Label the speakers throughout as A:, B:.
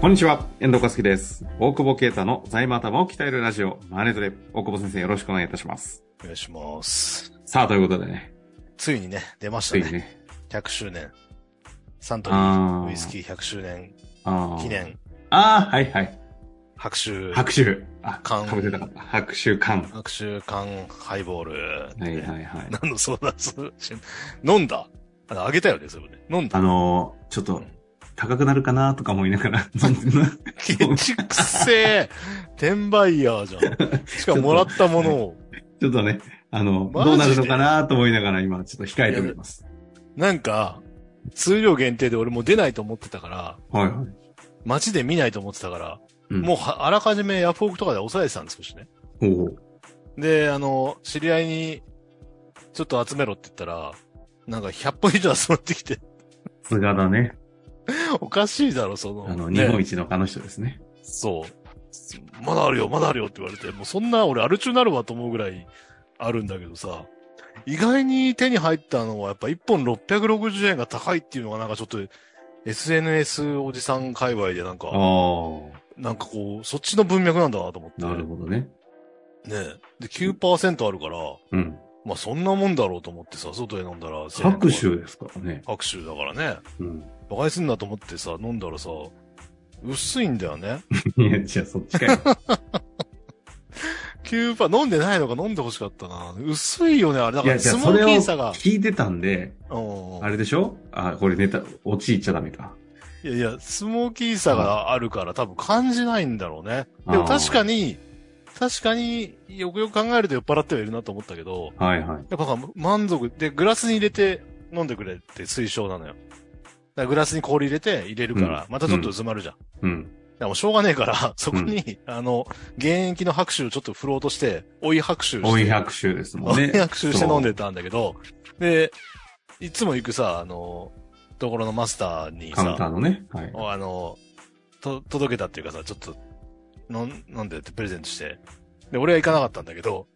A: こんにちは、遠藤和樹です。大久保啓太の財務頭を鍛えるラジオ、マネトレ。大久保先生よろしくお願いいたします。
B: お願いします。
A: さあ、ということでね、
B: ついにね、出ました
A: つい
B: ね。
A: にね、
B: 100周年。サントリー
A: あ
B: ウイスキー100周年
A: ー
B: 記。念
A: あーあー、はいはい。
B: 白州、
A: 拍手。あ、
B: 缶
A: かぶせたかった。拍手感。
B: 白州缶ハイボール。
A: はいはいはい。
B: 何のソーダ水飲んだああげたよね、それね。飲ん だ
A: あ。のー、ちょっと、高くなるかなとか思いながら、 飲んでな
B: ケチくせえ。転売ヤ ーじゃん。しかももらったものを。
A: ちょっとね、あの、
B: マジで
A: どうなるのかなと思いながら今、ちょっと控えております。
B: なんか、数量限定で俺もう出ないと思ってたから、
A: はいはい。
B: 街で見ないと思ってたから、
A: うん
B: もうはあらかじめヤフオクとかで抑えてたんです、少しね。
A: おお。
B: で、あの、知り合いに、ちょっと集めろって言ったら、なんか100本以上集まってきて、
A: さすがだね。
B: おかしいだろ、その。
A: あの、
B: ね
A: 日本一のあの人ですね。
B: そう。まだあるよ、まだあるよって言われて、もうそんな俺アル中なるわと思うぐらいあるんだけどさ、意外に手に入ったのはやっぱ1本660円が高いっていうのがなんかちょっと SNS おじさん界隈でなん
A: あ
B: か、
A: あ、
B: なんかこう、そっちの文脈なんだなと思って。
A: なるほどね。
B: ねで、9%あるから、
A: うん。
B: まあそんなもんだろうと思ってさ、外で飲んだら。
A: 拍手ですからね。
B: 拍手だからね。
A: うん。
B: 馬鹿にすんなと思ってさ、飲んだらさ、薄いんだよね。
A: いや、じゃあそっちかよ。
B: 9%パー飲んでないのか飲んでほしかったな。薄いよね、あれ。だ
A: い
B: か
A: や、
B: ら、
A: じゃ
B: ス
A: あ
B: モ
A: それ
B: ー
A: を
B: キーさが。
A: 聞いてたんで、
B: うんうん
A: あれでしょあ、これネタ、落ちいっちゃダメか。
B: いやいや、スモーキーさがあるから多分感じないんだろうね。でも確かに、確かによくよく考えると酔っ払ってはいるなと思ったけど、
A: はいはい。
B: やっぱ満足で、グラスに入れて飲んでくれって推奨なのよ。だからグラスに氷入れて入れるから、またちょっと薄まるじゃん。
A: うん。
B: でもしょうがねえから、 そこに、あの、現役の拍手をちょっと振ろうとして、追い拍手して。
A: おい拍手ですもんね。
B: 追い拍手して飲んでたんだけど、で、いつも行くさ、あの、ところのマスターに
A: そう。カウンター
B: さ、
A: のね。はい。
B: あの、と、届けたっていうかさ、ちょっと、飲ん飲んでってプレゼントして。で、俺は行かなかったんだけど、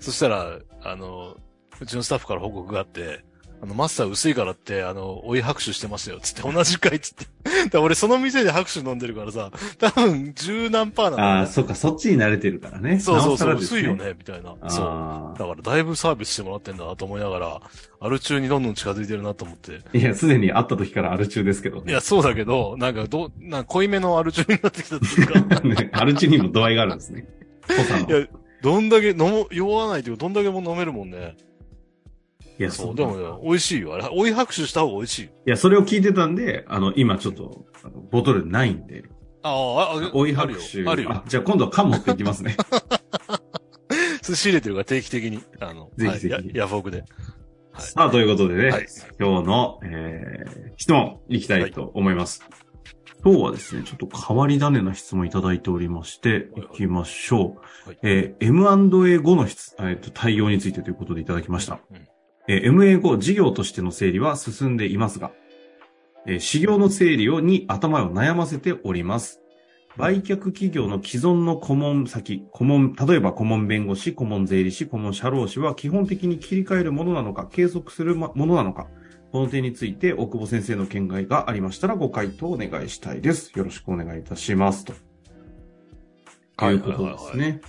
B: そしたら、あの、うちのスタッフから報告があって、あの、マスター薄いからって、あの、追い拍手してましたよ、つって、同じ回つって。 だから俺その店で拍手飲んでるからさ、多分十何パーなんだ
A: あ
B: よ
A: あ、
B: ね
A: そっか、そっちに慣れてるからね。
B: そうそうそ
A: な
B: う、
A: おさ
B: 薄
A: ら
B: い
A: です
B: よ。ね、みたいな。そう。
A: あ
B: だからだいぶサービスしてもらってんだなと思いながら、アル中にどんどん近づいてるなと思って。
A: あ。いや、すでに会った時からある中ですけど
B: い
A: ね。、
B: や、そうだけど、なんかどう、なんか濃いめのアル中になってきたっていうか
A: ねアルチにも度合いがあるんです ね。濃さの。
B: いやどんだけ飲も、酔わないというか、どんだけも飲めるもんね。
A: いや
B: そう、
A: う
B: でもね、美味しいよ。あれ、追い拍手した方が美味しいよ。
A: いや、それを聞いてたんで、あの、今ちょっと、あのボトルないんで、
B: ああ、ああ、
A: 追い拍手。
B: あるよ。あるよ。
A: じゃあ今度は缶持っていきますね。
B: 寿司入れてるから定期的に。あの、
A: ぜひぜひ
B: はい、やヤフオクで。
A: さあ、ということでね、
B: はい。
A: 今日の、えー、質問いきたいと思います。今日はですね、ちょっと変わり種な質問いただいておりまして、
B: はいはい
A: いきましょう。
B: はい
A: えー M&A 後の質、えーと対応についてということでいただきました。
B: うん
A: えー MA 後、事業としての整理は進んでいますが、えー事業の整理をに頭を悩ませております。売却企業の既存の顧問先、顧問、例えば顧問弁護士、顧問税理士、顧問社労士は基本的に切り替えるものなのか、継続するまものなのか、この点について大久保先生の見解がありましたらご回答お願いしたいです。よろしくお願いいたします。と
B: はいいうはい
A: こ
B: はい
A: と
B: は
A: で
B: い
A: すね。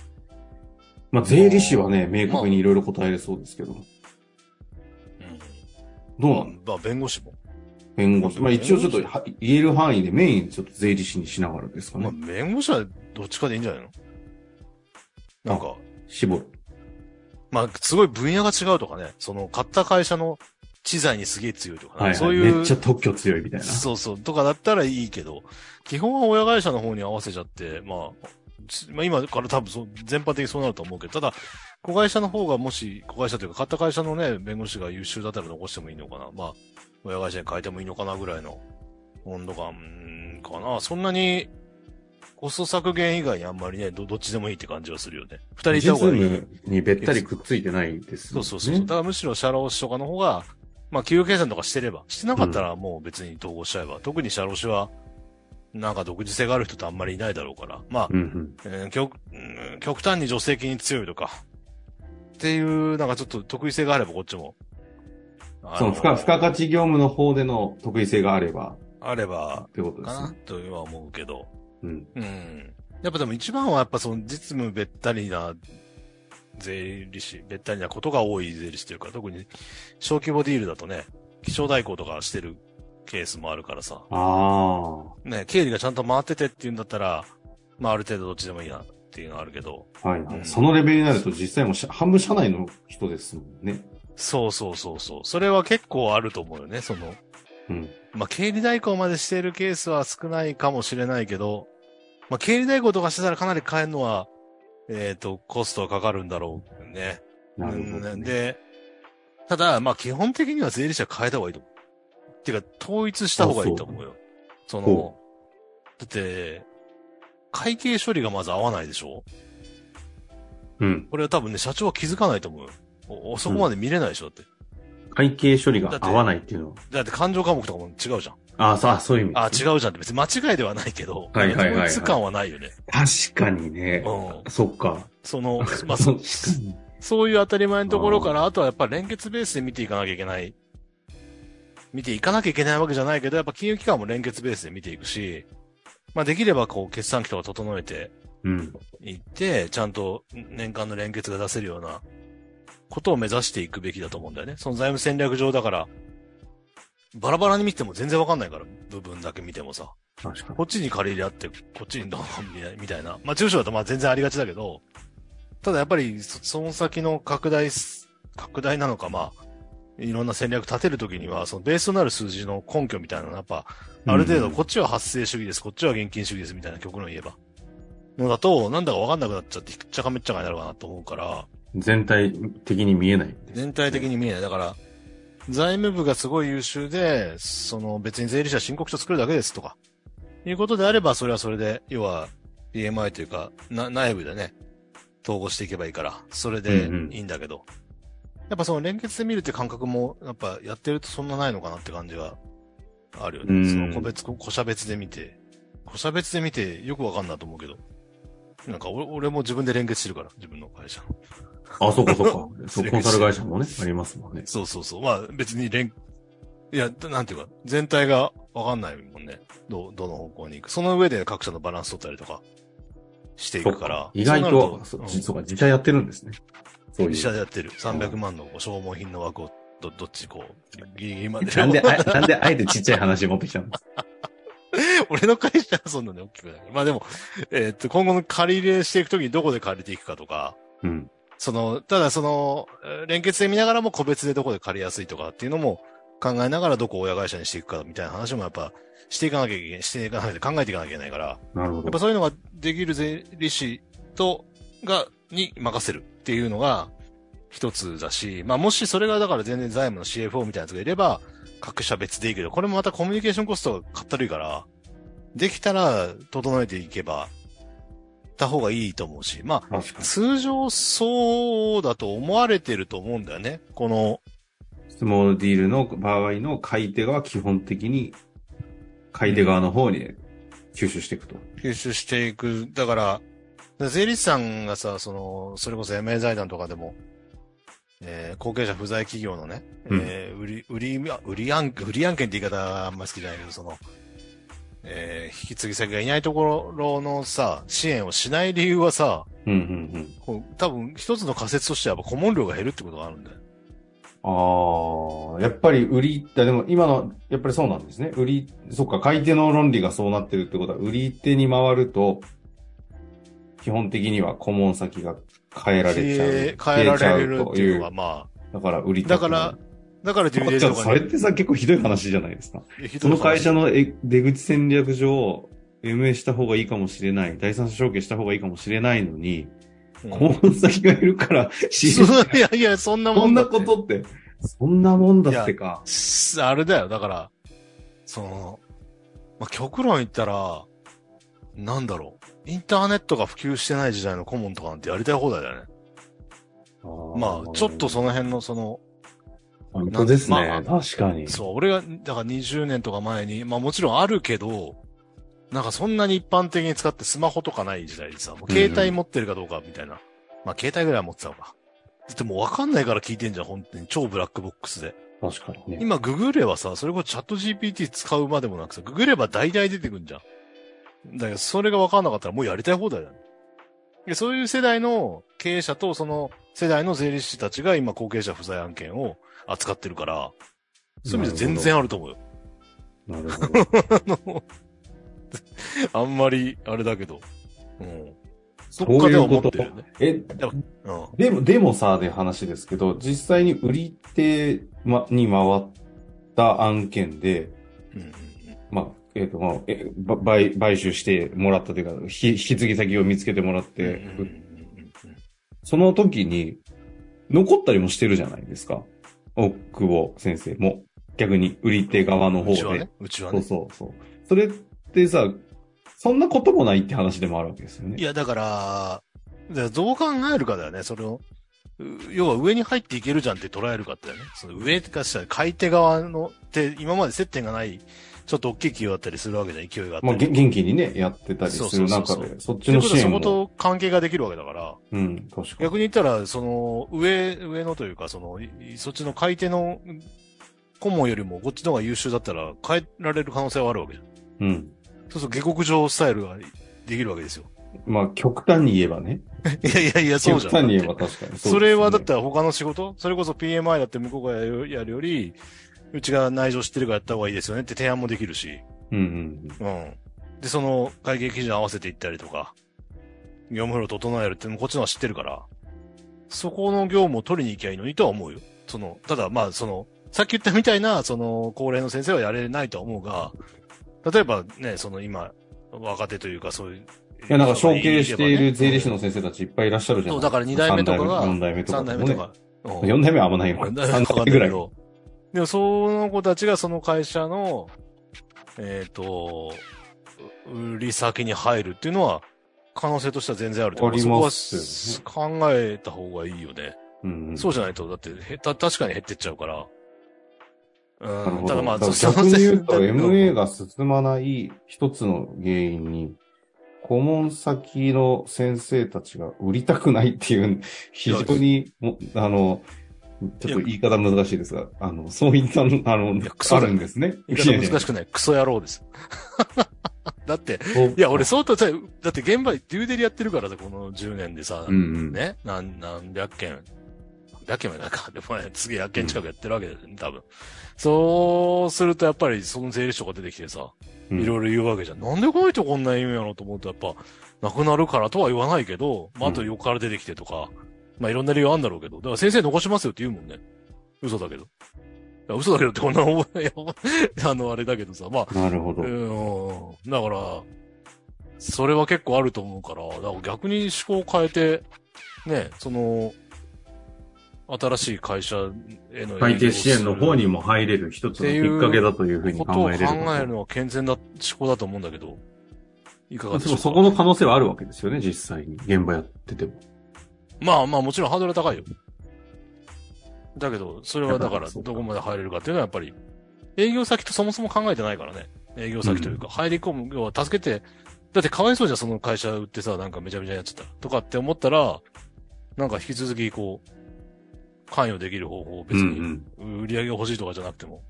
A: まあ、税理士はね、明確にいろいろ答えれそうですけど、どうな
B: う
A: の
B: んまあ、まあ、弁護士も。
A: 弁護士。まあ、一応ちょっとは言える範囲でメインちょっと税理士にしながらですか
B: まあ、
A: ね。
B: 弁護士はどっちかでいいんじゃないのなんか、
A: 絞る。
B: まあ、すごい分野が違うとかね、その、買った会社の知財にすげえ強いとかね、
A: はい、
B: そういう、
A: めっちゃ特許強いみたいな。
B: そうそう、とかだったらいいけど、基本は親会社の方に合わせちゃって、まあ、つまあ、今から多分そう全般的にそうなると思うけど、ただ、子会社の方がもし、子会社というか、買った会社のね、弁護士が優秀だったら残してもいいのかな。まあ、親会社に変えてもいいのかなぐらいの温度感かな。そんなに、コスト削減以外にあんまりね、どどっちでもいいって感じはするよね。二人い
A: 実
B: た方がいい。
A: 務にべったりくっついてないです
B: そ
A: もんね、
B: うそうそう。だからむしろ社労士とかの方が、まあ、給与計算とかしてれば、してなかったらもう別に統合しちゃえば、特に社労士は、なんか独自性がある人ってあんまりいないだろうから、まあ、
A: うんうん。
B: えー極うん極端に助成金に強いとか、っていう、なんかちょっと得意性があればこっちも。あ
A: その
B: の
A: 付加、付加価値業務の方での得意性があれば、
B: あれば、
A: ということで
B: か
A: す
B: な
A: ね。
B: とは思うけど。
A: うん。
B: うん。やっぱでも一番はやっぱその実務べったりな税理士、べったりなことが多い税理士というか、特に小規模ディールだとね、気象代行とかしてるケースもあるからさ、
A: あ
B: ね、経理がちゃんと回っててっていうんだったら、まあある程度どっちでもいいなっていうのはあるけど、
A: あ。はいは
B: うん
A: い。そのレベルになると実際もうし半分社内の人ですもんね。
B: そうそうそうそう。それは結構あると思うよね、その。
A: うん。
B: まあ、経理代行までしているケースは少ないかもしれないけど、まあ、経理代行とかしてたらかなり変えるのは、えっ、と、コストはかかるんだろうね。
A: なるほ
B: う
A: ど、
B: ん
A: ね。
B: で、ただ、まあ、基本的には税理士は変えた方がいいと思う。っていうか、統一した方がいいと思うよ。その
A: ほ、
B: だって、会計処理がまず合わないでしょ
A: うん。
B: これは多分ね、社長は気づかないと思うよ。おおそこまで見れないでしょ、だって。
A: 会計処理が合わないっていうのは。
B: だって感情科目とかも違うじゃん。
A: ああ、さあ、そういう意味
B: あ、
A: ですね。
B: 違うじゃんって別に間違いではないけど、
A: はいはいはいはい
B: 統一感はないよね。
A: 確かにね。
B: うん。
A: そっか。、
B: そのまあ、
A: 確
B: そ
A: かに。
B: そういう当たり前のところから、あとはやっぱ連結ベースで見ていかなきゃいけない。見ていかなきゃいけないわけじゃないけど、やっぱ金融機関も連結ベースで見ていくし、まあできればこう決算機とか整えて
A: うん。
B: いって、ちゃんと年間の連結が出せるようなことを目指していくべきだと思うんだよね。その財務戦略上だから、バラバラに見ても全然わかんないから、部分だけ見てもさ。
A: 確かに
B: こ。っちに借り入れあって、こっちにどうもみたいなみたいな。まあ、中小だとまあ全然ありがちだけど、ただやっぱりそ、その先の拡大す、拡大なのか、まあ、いろんな戦略立てるときには、そのベースとなる数字の根拠みたいなのがやっぱ、ある程度、こっちは発生主義です、こっちは現金主義です、みたいな極論言えば。のだと、なんだかわかんなくなっちゃって、ひっちゃかめっちゃかになるかなと思うから、
A: 全体的に見えない。
B: 全体的に見えない。だから、財務部がすごい優秀で、その別に税理士は申告書作るだけですとか、いうことであれば、それはそれで、要は、BMI というか、な内部でね、統合していけばいいから、それで
A: うんうん
B: いいんだけど、やっぱその連結で見るって感覚も、やっぱやってるとそんなないのかなって感じがあるよね。
A: うん
B: その個別、個社別で見て、個社別で見てよくわかんないと思うけど、なんか俺俺も自分で連結してるから、自分の会社の
A: あ、そうか そうか。そう、コンサル会社もね、ありますもんね。
B: そうそうそう。まあ別に連、いや、なんていうか、全体がわかんないもんね。どう、どの方向に行く。その上で各社のバランス取ったりとかしてい
A: そ
B: く
A: う
B: から。
A: 意外と、
B: そ
A: そうう
B: なると、
A: じそうか、自社やってるんですね。そう
B: うん
A: い
B: 自社
A: う。
B: でやってる。300万の消耗品の枠を、ど、どっちこう、ギリギリまで。
A: なんで、あなんであえてちっちゃい話持ってきたんですか
B: 俺の会社はそんなね、大きくない。まあでも、えーっと、今後の借り入れしていくときにどこで借りていくかとか、
A: うん。
B: その、ただその、えー連結で見ながらも個別でどこで借りやすいとかっていうのも考えながらどこを親会社にしていくかみたいな話もやっぱしていかなきゃいけない、していかなきゃ考えていかなきゃいけないから、や
A: なるほ
B: っぱ
A: ど。
B: そういうのができる税理士と、が、に任せるっていうのが一つだし、まあもしそれがだから全然財務の CFO みたいなやつがいれば、各社別でいいけど、これもまたコミュニケーションコストがかったるいから、できたら整えていけば、た方がいいと思うし、まあ
A: 確かに。
B: 通常そうだと思われてると思うんだよね。この、
A: スモールディールの場合の買い手側は基本的に、買い手側の方に吸収していくと。
B: 吸収していく。だから、税理士さんがさ、その、それこそ MA 財団とかでも、えー後継者不在企業のね、
A: うん
B: えー売り、売り、あ売り案、売り案件って言い方あんまり好きじゃないけど、その、えー引き継ぎ先がいないところのさ、支援をしない理由はさ、
A: うんうん
B: こう多分一つの仮説としてはやっぱ顧問料が減るってことがあるんだよ。
A: うん。ああ、やっぱり売りって、でも今の、やっぱりそうなんですね。売り、そっか、買い手の論理がそうなってるってことは、売り手に回ると、基本的には顧問先が変えられちゃう。
B: 変えられるって
A: 消えち
B: いうの
A: ゃ
B: が、
A: うと
B: まあ、
A: いうだから売り手
B: だから、だからデュ
A: ま
B: ー
A: っち
B: デ
A: ゃん、
B: リと
A: そ
B: か
A: れ
B: ね
A: ってさ、結構ひどい話じゃないですか。
B: いやひ
A: そ
B: どい
A: の
B: 話
A: 会社のえ出口戦略上、MA した方がいいかもしれない。第三者承継した方がいいかもしれないのに、
B: うん
A: 顧問先がいるから、知
B: そ
A: る。
B: ういやいや、そんなも
A: そ
B: ん
A: ん
B: だ
A: な
B: って
A: ことって、そんなもんだってか。
B: すあれだよ、だから、その、まあ、極論言ったら、なんだろう。インターネットが普及してない時代の顧問とかなんてやりたい放題だよね。まあ、ちょっとその辺の、その、
A: 本当ですね。
B: まあ
A: 確かに。
B: そう、俺が、だから20年とか前に、まあもちろんあるけど、なんかそんなに一般的に使ってスマホとかない時代でさ、もう携帯持ってるかどうかみたいな。まあ携帯ぐらいは持ってたのか。だってもうわかんないから聞いてんじゃん、本当に。超ブラックボックスで。
A: 確かにね。
B: 今、ググればさ、それこそチャット GPT 使うまでもなくさ、ググれば大々出てくんじゃん。だけど、それが分かんなかったらもうやりたい放題だね。でそういう世代の経営者とその世代の税理士たちが今後継者不在案件を扱ってるから、そういう意味で全然あると思うよ。
A: なるほど。なるほど
B: あんまり、あれだけど。うん。 そ
A: そういうこと
B: ってるよね。
A: え、
B: うん。
A: でも、でもさ、で話ですけど、実際に売り手、ま、に回った案件で、
B: うんうん
A: まあ、えっ、と、まあ、えば買、買収してもらったというか、ひ引き継ぎ先を見つけてもらっ
B: うん。
A: て、
B: うんうんうん
A: その時に、残ったりもしてるじゃないですか。大久保先生も。逆に、売り手側の
B: う
A: 方
B: ちは
A: で。
B: ね。うちは
A: そう
B: ね。
A: そうそう。それってさ、そんなこともないって話でもあるわけですよね。
B: いや、だから、だからどう考えるかだよね。それを、う要は上に入っていけるじゃんって捉えるかだよね。その上からしたら買い手側のって、今まで接点がない、ちょっと大きい企業だったりするわけじゃん、勢いがあった
A: まあ、
B: り。
A: げ元気にね、やってたりする
B: そうそう
A: 中
B: そうそ
A: で、そっち
B: という
A: の
B: こ
A: 支
B: とは
A: 援
B: そこ
A: も。
B: と関係ができるわけだから、
A: うん、確かに。
B: 逆に言ったら、その、上、上のというか、その、いそっちの買い手の顧問よりもこっちの方が優秀だったら変えられる可能性はあるわけじゃん。
A: うん。
B: そうそう、下克上スタイルができるわけですよ。
A: まあ、極端に言えばね。
B: いやいやいや、そうじゃ
A: 極
B: ん。
A: 端に言えば確かにうですね。
B: それはだって他の仕事それこそ PMI だって向こうがやるやるより、うちが内情知ってるからやった方がいいですよねって提案もできるし、
A: うんうん
B: うん。で、その会計基準合わせていったりとか、業務フロー整えるってのもこっちの方が知ってるから、そこの業務を取りに行きゃいいのにとは思うよ。その、ただまあその、さっき言ったみたいな、その、高齢の先生はやれないとは思うが、例えばね、その今、若手というかそういう。
A: うん。いや、なんか承継している税理士
B: の
A: の先生たちいっぱいいらっしゃるじゃん。
B: そう、だから2代目とかが、
A: 3代目とかも
B: 3
A: ね
B: 代目とか。うん
A: 4代目はあんまないよ。
B: わかん
A: 3代目ぐらい。
B: の。でも、その子たちがその会社の、えっ、と、う売り先に入るっていうのは、可能性としては全然あると思う
A: ありますよね
B: そこは考えた方がいいよね。
A: うんうん
B: そうじゃないと、だって、へた、確かに減ってっちゃうから。
A: なる
B: うん、
A: ほ
B: ただ
A: ど
B: まあ、
A: だ
B: そ
A: から逆に言うと
B: その
A: MA が進まない一つの原因に、顧問先の先生たちが売りたくないっていう、非常にも、あの、ちょっと言い方難しいですが、あの、そういった、あの
B: いや、クソ
A: あ
B: だ
A: るんですね。
B: 言い方
A: いや
B: 難しくない。クソ野郎 です。だって、
A: いや
B: いや、俺、、相当さ、だって現場、デューデリやってるからさ、この10年でさ、
A: うんうん。
B: ね、なん、何百件、何百件もなんか、でもね、次100件近くやってるわけだよね、多分。そうするとやっぱりその税理士とか出てきてさ、
A: う
B: い
A: ん
B: ろいろ言うわけじゃん。なんでこの人こんな意味やろうと思うとやっぱ、なくなるからとは言わないけど、まあ、
A: う
B: あ
A: ん
B: と横から出てきてとか、まあいろんな理由あるんだろうけど、だから先生残しますよって言うもんね。嘘だけど。いや嘘だけどってこんな思い、いや あの、あれだけどさ、まあ、
A: なるほど。
B: うん。だから、それは結構あると思うから、だから逆に思考を変えて、ね、その、新しい会社への
A: 改定支援の方にも入れる一つのきっかけだというふうに
B: ことを
A: 考
B: 考
A: え
B: え
A: れると。
B: るのは健全な思考だと思うんだけど、いかがで
A: で
B: しょう
A: も
B: か
A: そこの可能性はあるわけですよね、実際に。現場やってても。
B: まあまあもちろんハードルは高いよ。だけど、それはだか
A: やっぱ
B: ら
A: り そう
B: ど
A: か
B: こまで入れるかっていうのはやっぱり、営業先とそもそも考えてないからね。営業先というか、入り込む、要は助けて、だってかわいそうじゃん、その会社売ってさ、なんかめちゃめちゃやっちゃったらとかって思ったら、なんか引き続きこう、関与できる方法、別
A: うんう
B: に
A: ん
B: 売り上げが欲しいとかじゃなくても、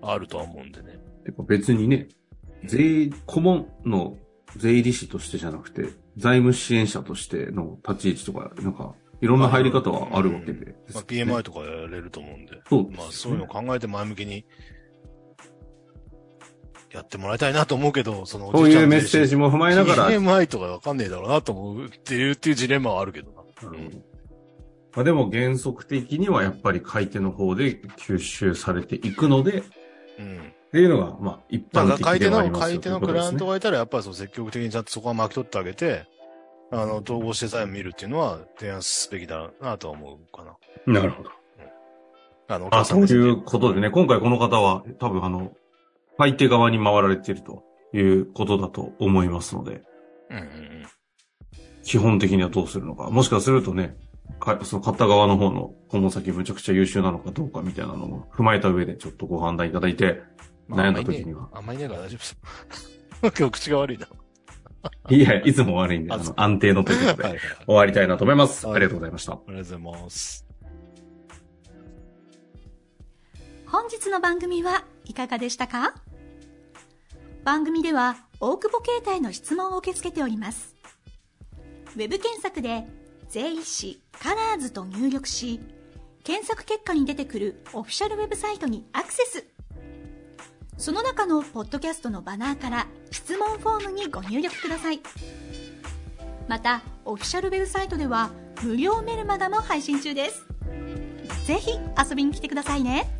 B: あるとは思うんでね。
A: てか別にね、税、顧問の税理士としてじゃなくて、財務支援者としての立ち位置とか、なんか、いろんな入り方はあるわけで。
B: まあ、PMI とかやれると思うんで。
A: そうですね
B: まあそういうのを考えて前向きにやってもらいたいなと思うけど、そのお
A: そう
B: じいち
A: い
B: ゃ
A: うんメッセージも踏まえながら、うん
B: PMI とかわかんねえだろうなと思うっていう、っていうジレンマはあるけどな。
A: まあ、でも原則的にはやっぱり買い手の方で吸収されていくので、っ
B: うん。
A: ていうのが、まあ一
B: だか
A: 般
B: ら買い
A: 的で
B: 手
A: はあり
B: の、
A: ます
B: 買
A: よ
B: い手の
A: という
B: ク
A: こ
B: ラ
A: とです
B: イアン
A: ね
B: トがいたら、やっぱりそう積極的にちゃんとそこは巻き取ってあげて、あの、統合してさえ見るっていうのは提案すべきだなとは思うかな。
A: なるほど。
B: あの、お
A: あ、
B: 母
A: そ
B: さ
A: うんいうことでね、今回この方は多分あの、買い手側に回られているということだと思いますので、
B: うんうんうん。
A: 基本的にはどうするのか。もしかするとね、かその買った側の方の顧問先むちゃくちゃ優秀なのかどうかみたいなのも踏まえた上でちょっとご判断いただいて、
B: まあ
A: 悩んだ時には。
B: あんまりいねえから大丈夫です。 今日口が悪いな。
A: いや、いつも悪いんで、あ
B: あそ
A: の
B: う、
A: 安定のということ
B: はい
A: で終わりたいなと思います。
B: はい
A: ありがとうございました。
B: ありがとうございます。
C: 本日の番組はいかがでしたか番組では大久保携帯の質問を受け付けておりますウェブ検索で「税理士カラーズと入力し検索結果に出てくるオフィシャルウェブサイトにアクセスその中のポッドキャストのバナーから質問フォームにご入力くださいまたオフィシャルウェブサイトでは無料メルマガも配信中ですぜひ遊びに来てくださいね